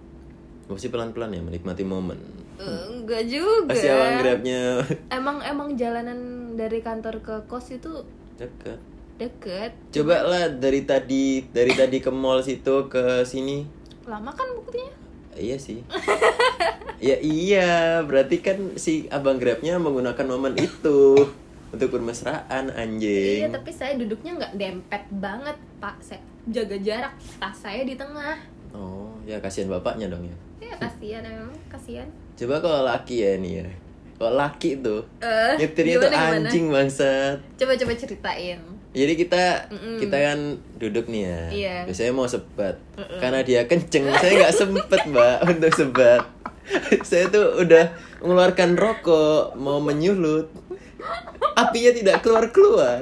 S1: Mesti pelan-pelan ya menikmati momen.
S2: Eh, enggak
S1: Hmm.
S2: juga
S1: Pasti abang Grabnya (laughs)
S2: emang emang jalanan dari kantor ke kos itu
S1: dekat.
S2: deket
S1: Coba lah dari tadi dari tadi ke mall situ ke sini.
S2: lama kan buktinya
S1: Iya sih. (laughs) ya iya, berarti kan si abang Grabnya menggunakan momen itu untuk bermesraan anjing.
S2: iya tapi saya duduknya nggak dempet banget pak saya jaga jarak tas saya di tengah
S1: Oh, ya kasihan bapaknya dong ya.
S2: ya kasihan emang kasihan
S1: Coba kalau laki ya ini ya. Kalau laki tuh
S2: Eh,
S1: nyetirnya tuh
S2: gimana, gimana?
S1: anjing bangsat.
S2: coba coba ceritain
S1: Jadi kita kita kan duduk nih ya.
S2: Iya.
S1: Biasanya mau sebat. Karena dia kenceng, saya nggak sempet, Mbak, (laughs) untuk sebat. saya tuh udah mengeluarkan rokok, mau menyulut. Apinya tidak keluar-keluar.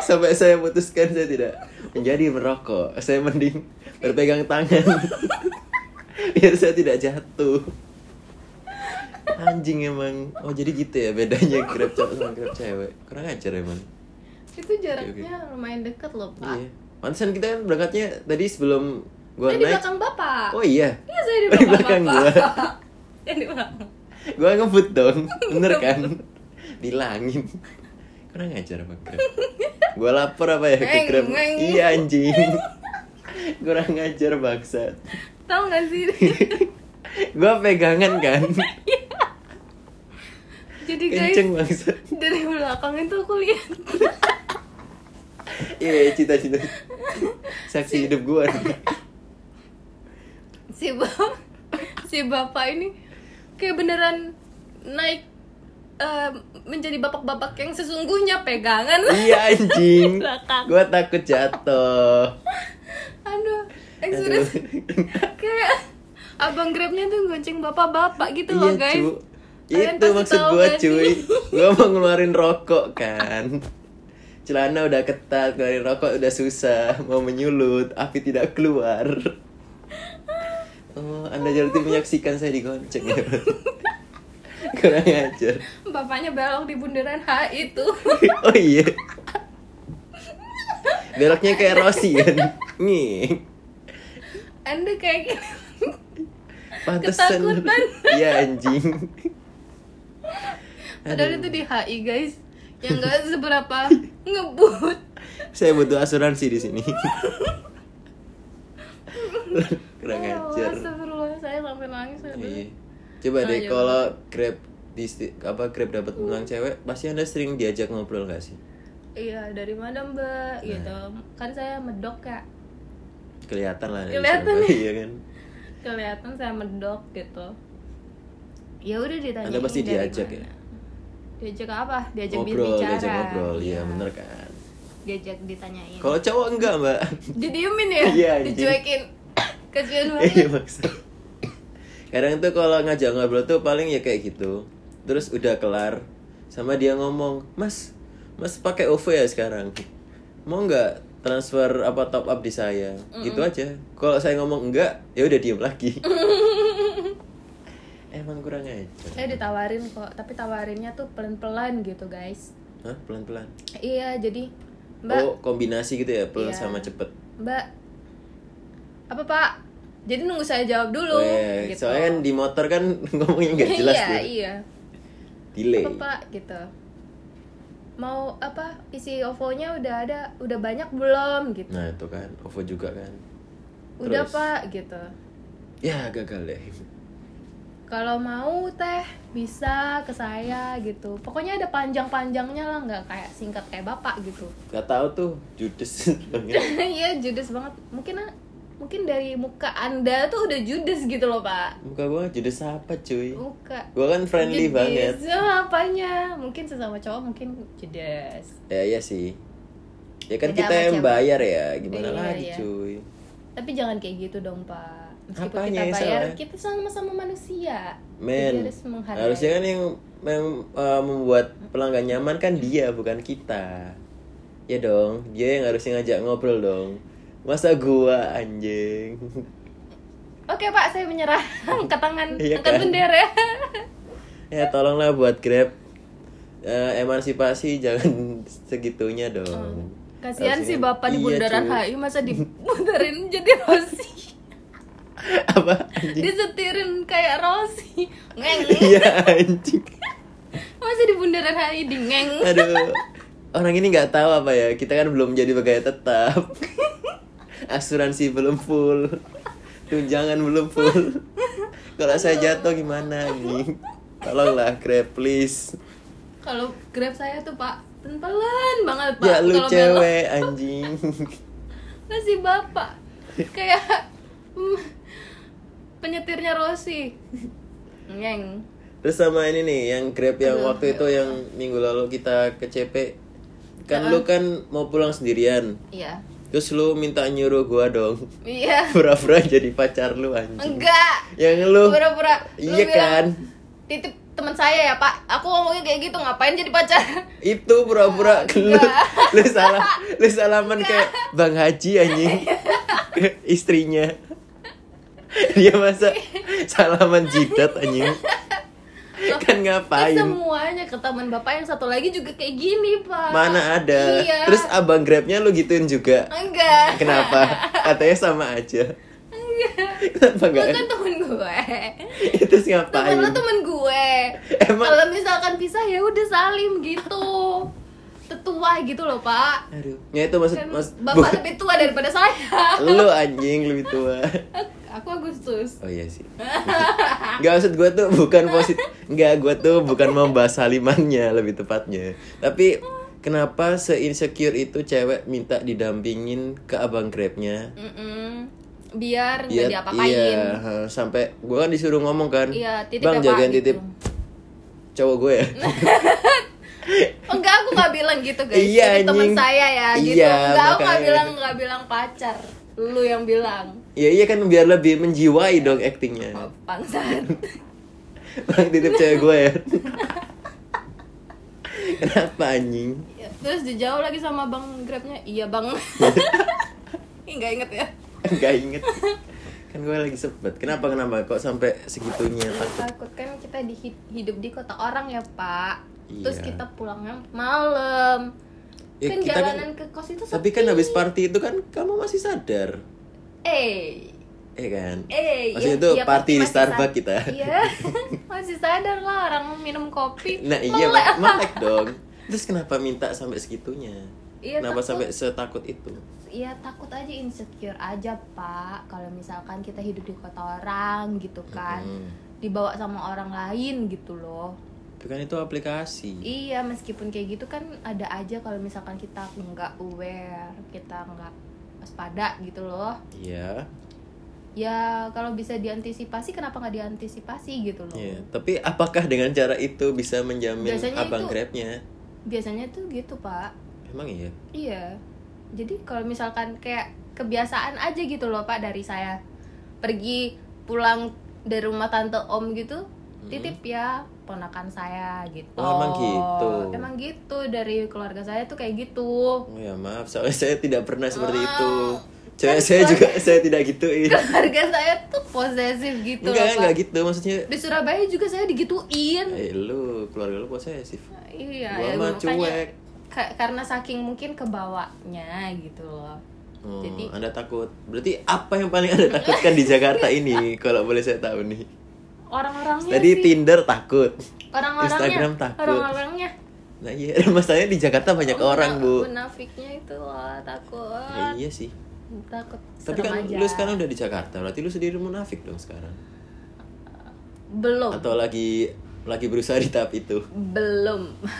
S1: Sampai saya putuskan saya tidak menjadi merokok. Saya mending berpegang tangan. Biar saya tidak jatuh. Anjing emang. Oh, jadi gitu ya bedanya Grab cowok sama Grab cewek. Kurang ajar emang.
S2: itu jaraknya lumayan deket loh pak
S1: Iya. Pantesan kita kan berangkatnya tadi sebelum gua
S2: Saya di
S1: naik.
S2: belakang bapak
S1: Oh iya.
S2: iya saya di
S1: Oh, (laughs) di belakang
S2: belakang, bapak
S1: gua.
S2: (laughs) Saya di belakang
S1: Gua ngebut
S2: (laughs)
S1: dong. Bener kan? Bilangin. Kurang ngajar sama Grab. Gua lapar apa ya ke
S2: Ngeng,
S1: Grab?
S2: ngeng.
S1: Iya anjing. Kurang ngajar bangsat.
S2: tahu nggak
S1: (laughs)
S2: sih
S1: Gua pegangan
S2: (laughs)
S1: kan.
S2: jadi Iya, guys
S1: Kenceng bangsat.
S2: dari belakang itu aku lihat
S1: Iya, cita-cita. Saksi hidup gua.
S2: si bapak (laughs) si bapak ini kayak beneran naik eh, menjadi bapak-bapak yang sesungguhnya pegangan (laughs)
S1: iya anjing.
S2: Belakang.
S1: Gua takut jatuh.
S2: aduh yang
S1: Aduh.
S2: serius (laughs) kayak abang grabnya tuh gonceng bapak-bapak gitu loh guys
S1: Iya, cu.
S2: Kalian
S1: Itu
S2: pasti
S1: maksud
S2: tahu
S1: gua
S2: gak sih?
S1: cuy (laughs) Gua mau ngeluarin rokok kan Celana udah ketat, ngeluarin rokok udah susah Mau menyulut, api tidak keluar Oh, anda jadi menyaksikan saya digonceng ya (laughs) Kurang ajar (laughs)
S2: bapaknya belok di bundaran H itu
S1: Oh iya Beloknya kayak Rossi kan Nih
S2: anda kayak
S1: (laughs)
S2: gini
S1: Pantesan (laughs)
S2: Ketakutan.
S1: Iya anjing
S2: padahal itu di HI guys
S1: (laughs)
S2: yang gak seberapa ngebut
S1: Saya butuh asuransi di sini. Kurang
S2: Ya Allah,
S1: ajar.
S2: astagfirullah, saya sampai nangis saya
S1: Iya.
S2: dulu.
S1: Coba
S2: Oh,
S1: deh
S2: iya.
S1: kalau Grab di sti- apa Grab dapat menang cewek, pasti Anda sering diajak ngobrol gak sih?
S2: iya dari mana mbak gitu
S1: Nah.
S2: kan saya medok kak
S1: Kelihatan lah. dari
S2: Kelihatan
S1: Surabaya,
S2: ya.
S1: Iya kan.
S2: kelihatan saya medok gitu ya udah ditanya
S1: Anda pasti diajak ya?
S2: diajak apa diajak
S1: ngobrol,
S2: bicara
S1: diajak ngobrol. Iya, bener kan.
S2: diajak ditanyain
S1: Kalau cowok enggak, Mbak.
S2: didiemin ya
S1: Iya, anjing.
S2: dicuekin (coughs) kasihan
S1: Iya,
S2: banget
S1: maksud. Kadang tuh kalau ngajak ngobrol tuh paling ya kayak gitu. Terus udah kelar sama dia ngomong, "Mas, Mas pakai OVO ya sekarang. Mau nggak transfer apa top up di saya?" Gitu aja. Kalau saya ngomong enggak, ya udah diem
S2: (laughs)
S1: lagi. Emang kurang aja.
S2: saya ditawarin kok tapi tawarinnya tuh pelan-pelan gitu guys
S1: Hah, pelan-pelan.
S2: iya jadi mbak
S1: Oh, kombinasi gitu ya, pelan
S2: Iya.
S1: sama cepet.
S2: Mbak, apa Pak? Jadi nunggu saya jawab dulu.
S1: Weh,
S2: gitu.
S1: Soalnya kan di motor kan (laughs) ngomongnya nggak jelas
S2: (laughs) iya,
S1: tuh.
S2: iya.
S1: Delay.
S2: Apa Pak? Gitu. Mau apa? Isi OVO-nya udah ada, udah banyak belum? Gitu.
S1: Nah itu kan, OVO juga kan.
S2: udah
S1: terus?
S2: Pak, gitu.
S1: Ya gagal deh.
S2: Kalau mau teh bisa ke saya gitu. Pokoknya ada panjang-panjangnya lah, nggak kayak singkat kayak bapak gitu. (laughs)
S1: Gak tahu tuh judes (laughs) banget.
S2: Iya judes banget. Mungkin ah, mungkin dari muka anda tuh udah judes gitu loh pak.
S1: Muka gua judes apa cuy?
S2: Muka
S1: Gua kan friendly
S2: Judes.
S1: banget.
S2: Ya, apanya? Mungkin sesama cowok mungkin judes.
S1: Ya iya sih. Ya kan
S2: Beda
S1: kita
S2: sama
S1: yang
S2: cewek.
S1: bayar ya, gimana
S2: Iya,
S1: lagi
S2: iya.
S1: cuy?
S2: Tapi jangan kayak gitu dong, Pak. Meskipun
S1: Apanya yang
S2: kita bayar,
S1: salah?
S2: kita sama-sama manusia. Jadi
S1: Men,
S2: harus menghargai.
S1: harusnya kan yang mem- eh, membuat pelanggan nyaman kan dia bukan kita. Ya dong, dia yang harusnya ngajak ngobrol dong. Masa gua anjing. (laughs)
S2: Oke, Pak, saya menyerah. (laughs) Angkat tangan,
S1: Iya
S2: angkat
S1: kan?
S2: bendera.
S1: ya tolonglah buat Grab eh, emansipasi (laughs) jangan segitunya dong.
S2: Oh, Kasihan
S1: Harusnya-
S2: sih Bapak di
S1: Iya,
S2: bundaran
S1: cuy.
S2: HI masa dibundarin (laughs) jadi Rosi.
S1: apa
S2: Disetirin kayak Rosi. Ngeng.
S1: iya anjing
S2: Masa di bundaran HI di ngeng.
S1: aduh orang ini nggak tahu apa ya kita kan belum jadi pegawai tetap asuransi belum full tunjangan belum full kalau saya jatuh gimana nih tolonglah grab please
S2: Kalau Grab saya tuh, Pak, pelan banget, Pak.
S1: ya lu
S2: Kalau belok.
S1: cewek anjing
S2: Masih bapak Kayak (laughs) mm, Penyetirnya Rosi Ngeng
S1: terus sama ini nih yang grab yang
S2: Aduh,
S1: waktu
S2: ya
S1: itu yang minggu lalu kita ke CP kan lu kan mau pulang sendirian
S2: Iya
S1: terus lu minta nyuruh gua dong
S2: Iya
S1: pura-pura jadi pacar lu anjing Ya
S2: Enggak
S1: yang lu
S2: Pura-pura Lu
S1: iya
S2: bilang,
S1: kan
S2: Titip teman saya ya pak Aku ngomongnya kayak gitu Ngapain jadi pacar
S1: itu pura-pura lu
S2: Enggak.
S1: lu salah lu salaman kayak bang haji
S2: (laughs)
S1: anjing ke istrinya dia masa salaman jidat anjing
S2: Loh,
S1: kan
S2: Kan
S1: ngapain
S2: semuanya ke teman bapak yang satu lagi juga kayak gini pak
S1: mana ada
S2: Iya
S1: terus abang grabnya lu gituin juga
S2: Enggak
S1: kenapa katanya sama aja
S2: Enggak
S1: kenapa
S2: Lu
S1: enggak
S2: kan temen gue
S1: itu
S2: Temen
S1: ngapain
S2: lu temen gue
S1: Emang-
S2: Kalau misalkan pisah ya udah salim gitu Tetua gitu loh pak
S1: aduh ya itu maksud
S2: Kan
S1: maksud
S2: bapak lebih tua daripada saya.
S1: lu anjing lebih tua
S2: Aku Agustus.
S1: Oh iya sih. (laughs) Gak maksud gue tuh bukan posit, nggak gue tuh bukan membahas salimannya lebih tepatnya. Tapi kenapa seinsecure itu cewek minta didampingin ke abang grabnya?
S2: Mm-mm. Biar nggak
S1: Iya,
S2: diapa-apain.
S1: iya,
S2: Iya,
S1: ha, sampai gue kan disuruh ngomong kan,
S2: titip
S1: bang
S2: ya,
S1: jagain
S2: Pak,
S1: titip
S2: gitu.
S1: cowok gue
S2: (laughs)
S1: ya. (laughs)
S2: Enggak, aku nggak bilang gitu guys.
S1: Iya,
S2: Jadi teman
S1: anjing.
S2: saya ya gitu.
S1: Iya,
S2: Enggak, aku nggak
S1: makanya.
S2: bilang nggak bilang pacar. Lu yang bilang.
S1: Iya iya kan biar lebih
S2: Iya.
S1: menjiwai dong
S2: Oh.
S1: aktingnya.
S2: Bangsat.
S1: (laughs) Bang titip cewek gue
S2: (laughs)
S1: ya. Kenapa anjing?
S2: Ya, Terus dijauh lagi sama Bang Grabnya. Iya,
S1: (laughs)
S2: Bang. Enggak inget ya.
S1: Gak inget Kan gue lagi sebet Kenapa kenapa kok sampai segitunya takut
S2: Takut kan kita di hidup di kota orang ya, Pak. Terus
S1: Iya.
S2: kita pulangnya malam.
S1: Ya,
S2: kan
S1: kita kan-
S2: jalanan ke kos itu
S1: Tapi kan habis party itu kan kamu masih sadar
S2: Eh,
S1: Iya kan?
S2: Eh,
S1: Maksudnya
S2: iya-
S1: itu party
S2: iya, pasti
S1: di
S2: masih
S1: Starbucks
S2: sa-
S1: kita.
S2: Iya, (laughs) masih sadar lah orang minum kopi.
S1: Nah iya
S2: Melek.
S1: melek. melek dong. Terus kenapa minta sampai segitunya?
S2: Iya,
S1: kenapa
S2: takut.
S1: sampai setakut itu?
S2: Iya takut aja insecure aja pak. Kalau misalkan kita hidup di kota orang gitu kan,
S1: Mm-mm.
S2: dibawa sama orang lain gitu loh.
S1: Bukan Hmm. itu aplikasi.
S2: Iya meskipun kayak gitu kan ada aja kalau misalkan kita nggak aware, kita nggak waspada gitu loh.
S1: Iya.
S2: Ya kalau bisa diantisipasi kenapa nggak diantisipasi gitu loh.
S1: Iya, tapi apakah dengan cara itu bisa menjamin
S2: Biasanya
S1: abang
S2: itu-
S1: Grab-nya?
S2: Biasanya tuh gitu pak.
S1: Emang iya.
S2: Iya. Jadi kalau misalkan kayak kebiasaan aja gitu loh Pak dari saya pergi pulang dari rumah tante Om gitu titip ya ponakan saya gitu.
S1: Oh, emang gitu.
S2: Emang gitu dari keluarga saya tuh kayak gitu. (laughs)
S1: Oh ya maaf, soalnya (laughs) saya tidak pernah seperti
S2: Ah. Kan
S1: itu. Cewek saya juga saya tidak gituin.
S2: Keluarga saya tuh posesif
S1: (laughs)
S2: gitu
S1: enggak,
S2: loh Pak.
S1: enggak gitu. Maksudnya
S2: Di Surabaya juga saya digituin.
S1: eh, lu keluarga lu posesif.
S2: Iya,
S1: Gua
S2: ya,
S1: mah
S2: makanya
S1: cuek.
S2: ka- karena saking mungkin kebawanya gitu loh.
S1: Oh,
S2: Jadi-
S1: Anda takut. Berarti apa yang paling Anda takutkan di
S2: (laughs)
S1: Jakarta ini kalau boleh saya tahu nih?
S2: Orang-orangnya
S1: Tadi
S2: Iya sih-
S1: Tinder takut. Instagram
S2: orang-orangnya
S1: takut.
S2: orang-orangnya
S1: Nah iya, (laughs) masalahnya di Jakarta banyak
S2: Oh,
S1: orang, Bu.
S2: Muna- munafiknya itu loh takut
S1: Nah, iya sih.
S2: takut
S1: Tapi
S2: serem
S1: kan
S2: aja.
S1: lu sekarang udah di Jakarta, berarti lu sendiri munafik dong sekarang.
S2: belum
S1: Atau lagi lagi berusaha di tahap itu.
S2: belum (laughs)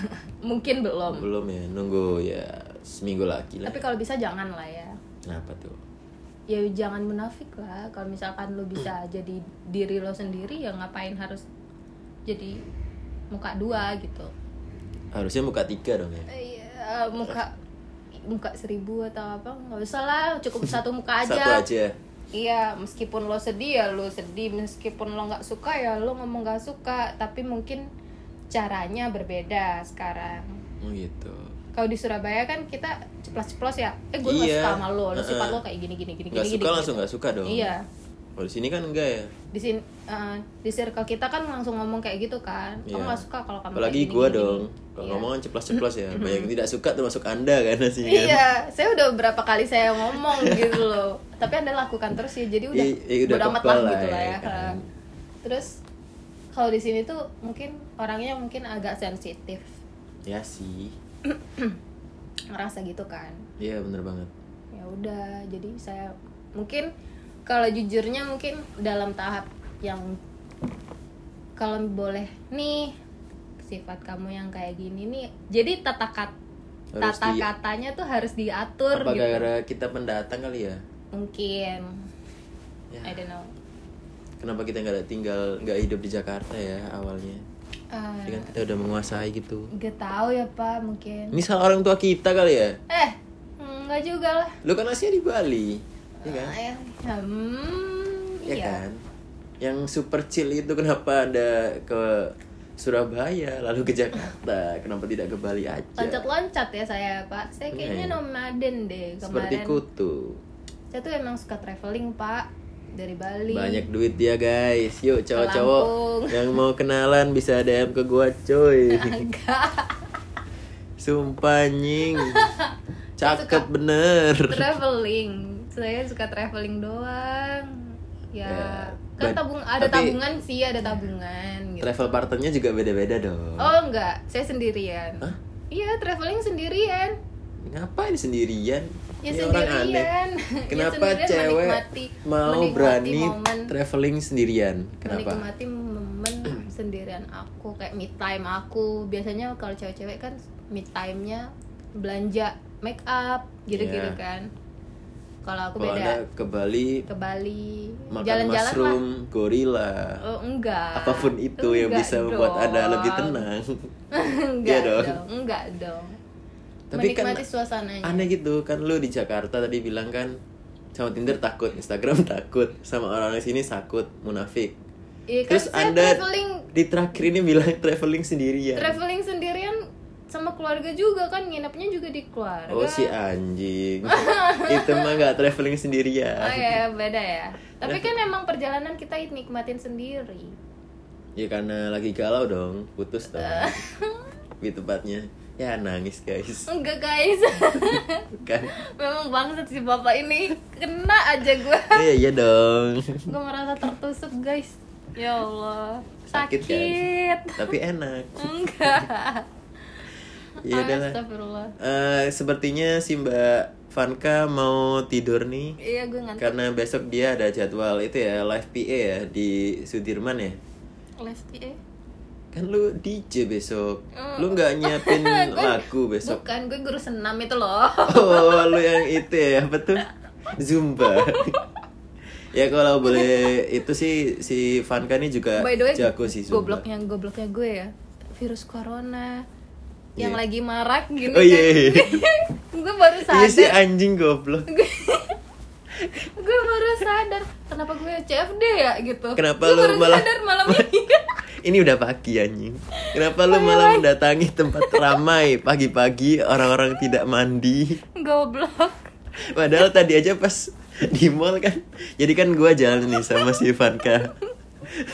S2: mungkin belum
S1: Belum ya, nunggu ya seminggu lagi lah.
S2: Oh. tapi kalau bisa jangan lah ya
S1: Kenapa tuh?
S2: ya jangan munafik lah kalau misalkan lu bisa
S1: Hmm.
S2: jadi diri lo sendiri ya ngapain harus jadi muka dua gitu
S1: Harusnya muka tiga dong ya.
S2: Iya, muka muka seribu atau apa nggak usah lah cukup satu muka
S1: Satu aja.
S2: Iya, meskipun lo sedih ya lo sedih, meskipun lo nggak suka ya lo ngomong nggak suka, tapi mungkin caranya berbeda sekarang.
S1: Oh gitu.
S2: Kalau di Surabaya kan kita ceplos-ceplos ya, eh gue nggak
S1: Iya.
S2: suka sama lo, lo sifat
S1: Heeh.
S2: lo kayak gini gini gini
S1: Gak suka
S2: gini.
S1: gitu.
S2: gini.
S1: langsung gak suka dong.
S2: Iya,
S1: Kalau di sini kan enggak ya.
S2: di sini eh, di circle kita kan langsung ngomong kayak gitu kan, kamu
S1: Iya.
S2: nggak suka kalau kamu
S1: Apalagi
S2: kayak gini,
S1: gua
S2: gini,
S1: dong.
S2: gini.
S1: Kalau
S2: Iya.
S1: ngomong kan ceplos-ceplos ya. Banyak yang tidak suka termasuk Anda kan aslinya.
S2: Iya, saya udah beberapa kali saya
S1: (laughs)
S2: ngomong gitu loh. Tapi Anda lakukan terus ya, jadi udah
S1: Iya, iya, udah
S2: bodo amat
S1: kebal
S2: lah
S1: lah
S2: gitu lah
S1: ya,
S2: ya.
S1: kan.
S2: Terus kalau di sini tuh mungkin orangnya mungkin agak sensitif,
S1: Ya sih.
S2: ngerasa gitu kan.
S1: Iya bener banget.
S2: Ya udah, jadi saya mungkin kalau jujurnya mungkin dalam tahap yang kalau boleh nih sifat kamu yang kayak gini nih. Jadi tata kat-
S1: Harus
S2: tata
S1: di-
S2: katanya tuh harus diatur
S1: Apa
S2: gitu.
S1: gara kita pendatang kali ya?
S2: Mungkin
S1: Ya.
S2: I don't know.
S1: Kenapa kita nggak ada tinggal nggak hidup di Jakarta ya awalnya? Jadi kan kita udah menguasai gitu.
S2: gak tau Eh, ya pak mungkin
S1: Ini salah orang tua kita kali ya.
S2: eh nggak juga lah
S1: Lu kan aslinya di Bali, ya kan?
S2: Eh, hmm,
S1: Ya
S2: iya
S1: kan? Yang super chill itu kenapa ada ke Surabaya lalu ke Jakarta? Kenapa tidak ke Bali aja?
S2: loncat-loncat ya saya pak saya kayaknya
S1: Iya.
S2: nomaden deh
S1: Seperti
S2: kemarin
S1: kutu.
S2: saya tuh emang suka traveling pak dari Bali
S1: Banyak duit dia guys. Yuk cowok-cowok
S2: Lampung.
S1: yang mau kenalan bisa DM ke gua
S2: (laughs)
S1: coy.
S2: agak
S1: Sumpah
S2: (laughs)
S1: nying. Cakep bener.
S2: traveling saya suka traveling doang ya,
S1: Ya,
S2: kan
S1: but-
S2: tabung ada
S1: tapi-
S2: tabungan sih ada tabungan (laughs) gitu
S1: Travel partnernya juga beda-beda dong.
S2: oh enggak saya sendirian
S1: Hah?
S2: iya traveling sendirian
S1: Ngapain sendirian?
S2: Ya
S1: Ini
S2: sendirian. Ya
S1: Kenapa
S2: sendirian
S1: cewek
S2: menikmati-
S1: mau
S2: menikmati
S1: berani
S2: momen.
S1: traveling sendirian? Kenapa?
S2: menikmati momen (clears throat) sendirian aku kayak me time aku biasanya kalau cewek-cewek kan me time-nya belanja make up gitu-gitu
S1: Iya.
S2: kan kalau aku
S1: Kalau Anda
S2: beda
S1: ke Bali
S2: ke Bali
S1: makan
S2: jalan-jalan lah
S1: mushroom, gorila,
S2: oh, enggak
S1: apapun itu yang
S2: Enggak
S1: bisa membuat Anda
S2: dong.
S1: lebih tenang.
S2: (laughs) enggak
S1: Iya dong.
S2: dong. enggak dong
S1: Tapi kan
S2: menikmati suasananya
S1: Aneh gitu kan lu di Jakarta tadi bilang kan sama Tinder takut, Instagram (laughs) takut, sama orang-orang sini takut, munafik.
S2: Iya kan,
S1: Terus
S2: saya
S1: Anda
S2: traveling
S1: di terakhir ini bilang traveling sendirian.
S2: traveling sendirian sama keluarga juga kan nginepnya juga di keluarga
S1: Oh si anjing Itu mah gak traveling sendirian
S2: Oh ya, beda ya. Tapi kan emang perjalanan kita nikmatin sendiri.
S1: (laughs) Ya karena lagi galau dong Putus dong Lebih tepatnya Ya nangis guys.
S2: Enggak guys (laughs)
S1: Kan.
S2: Memang bangsat si bapak ini Kena aja gue
S1: Iya iya dong.
S2: Gue merasa tertusuk guys Ya Allah
S1: Sakit,
S2: Sakit,
S1: kan? Tapi enak.
S2: Enggak
S1: Ya udahlah.
S2: Astagfirullah
S1: Eh, sepertinya si Mbak Vanka mau tidur nih
S2: Iya gue ngantuk
S1: karena besok dia ada jadwal itu ya live PA ya di Sudirman ya.
S2: Left PA
S1: Kan lu DJ besok.
S2: Oh.
S1: Lu nggak nyiapin
S2: Gue-
S1: lagu besok.
S2: Bukan gue guru senam itu loh
S1: Oh, lu yang itu ya, apa tuh? Zumba. ya kalau boleh itu sih si Vanka nih juga
S2: By the way
S1: jago Iya, sih Zumba.
S2: Gobloknya, gobloknya gue ya Virus corona Yang
S1: Iya.
S2: lagi marak gini
S1: Oh, iya,
S2: (laughs)
S1: iya.
S2: Gue baru kan? sadar
S1: Iya sih anjing goblok.
S2: gue baru sadar kenapa gue CFD ya gitu
S1: Kenapa
S2: Gue
S1: lu
S2: baru
S1: malah-
S2: sadar
S1: (laughs)
S2: malam ini (laughs)
S1: Ini udah pagi anjing. Kenapa lu malah mendatangi tempat ramai pagi-pagi orang-orang tidak mandi?
S2: goblok
S1: Padahal tadi aja pas di mall kan. Jadi kan gua jalan nih sama si Vanka.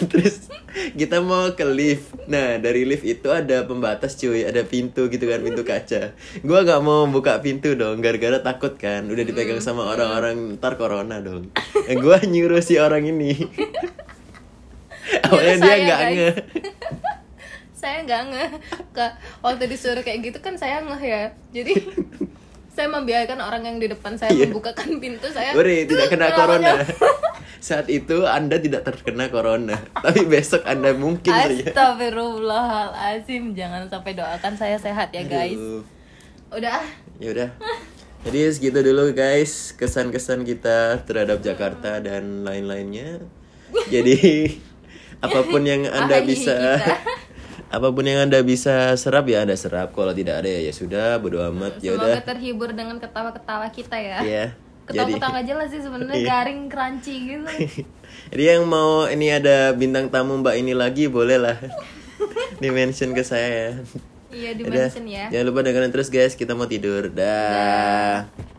S1: Terus kita mau ke lift. Nah, dari lift itu ada pembatas cuy, ada pintu gitu kan, pintu kaca. Gua nggak mau buka pintu dong gara-gara takut kan udah dipegang
S2: Hmm.
S1: sama orang-orang ntar corona dong. Nah, gua nyuruh si orang ini. Awalnya dia
S2: saya,
S1: nggak
S2: guys.
S1: nge.
S2: saya nggak nge ke waktu disuruh kayak gitu kan saya ngeh ya
S1: (laughs)
S2: jadi saya membiarkan orang yang di depan saya
S1: Iya.
S2: membukakan pintu saya
S1: Uri, tidak kena corona. (laughs)
S2: lawannya-
S1: Saat itu Anda tidak terkena corona, tapi besok Anda mungkin teriak.
S2: Astagfirullahalazim jangan sampai doakan saya sehat ya guys
S1: Aduh.
S2: udah ah.
S1: ya udah jadi segitu dulu guys kesan-kesan kita terhadap Jakarta dan lain-lainnya
S2: (laughs)
S1: jadi apapun yang anda
S2: Wahai
S1: bisa
S2: kita.
S1: (laughs) apapun yang anda bisa serap ya anda serap kalau tidak ada ya ya sudah bodo amat ya udah
S2: semoga terhibur dengan ketawa-ketawa kita ya
S1: ya jadi
S2: ketawa-ketawa aja lah sih sebenarnya
S1: Iya.
S2: garing crunchy gitu
S1: (laughs) jadi yang mau ini ada bintang tamu mbak ini lagi
S2: (laughs)
S1: bolehlah di mention ke saya ya
S2: iya
S1: Udah,
S2: dimention ya
S1: jangan lupa dengerin terus guys kita mau tidur dah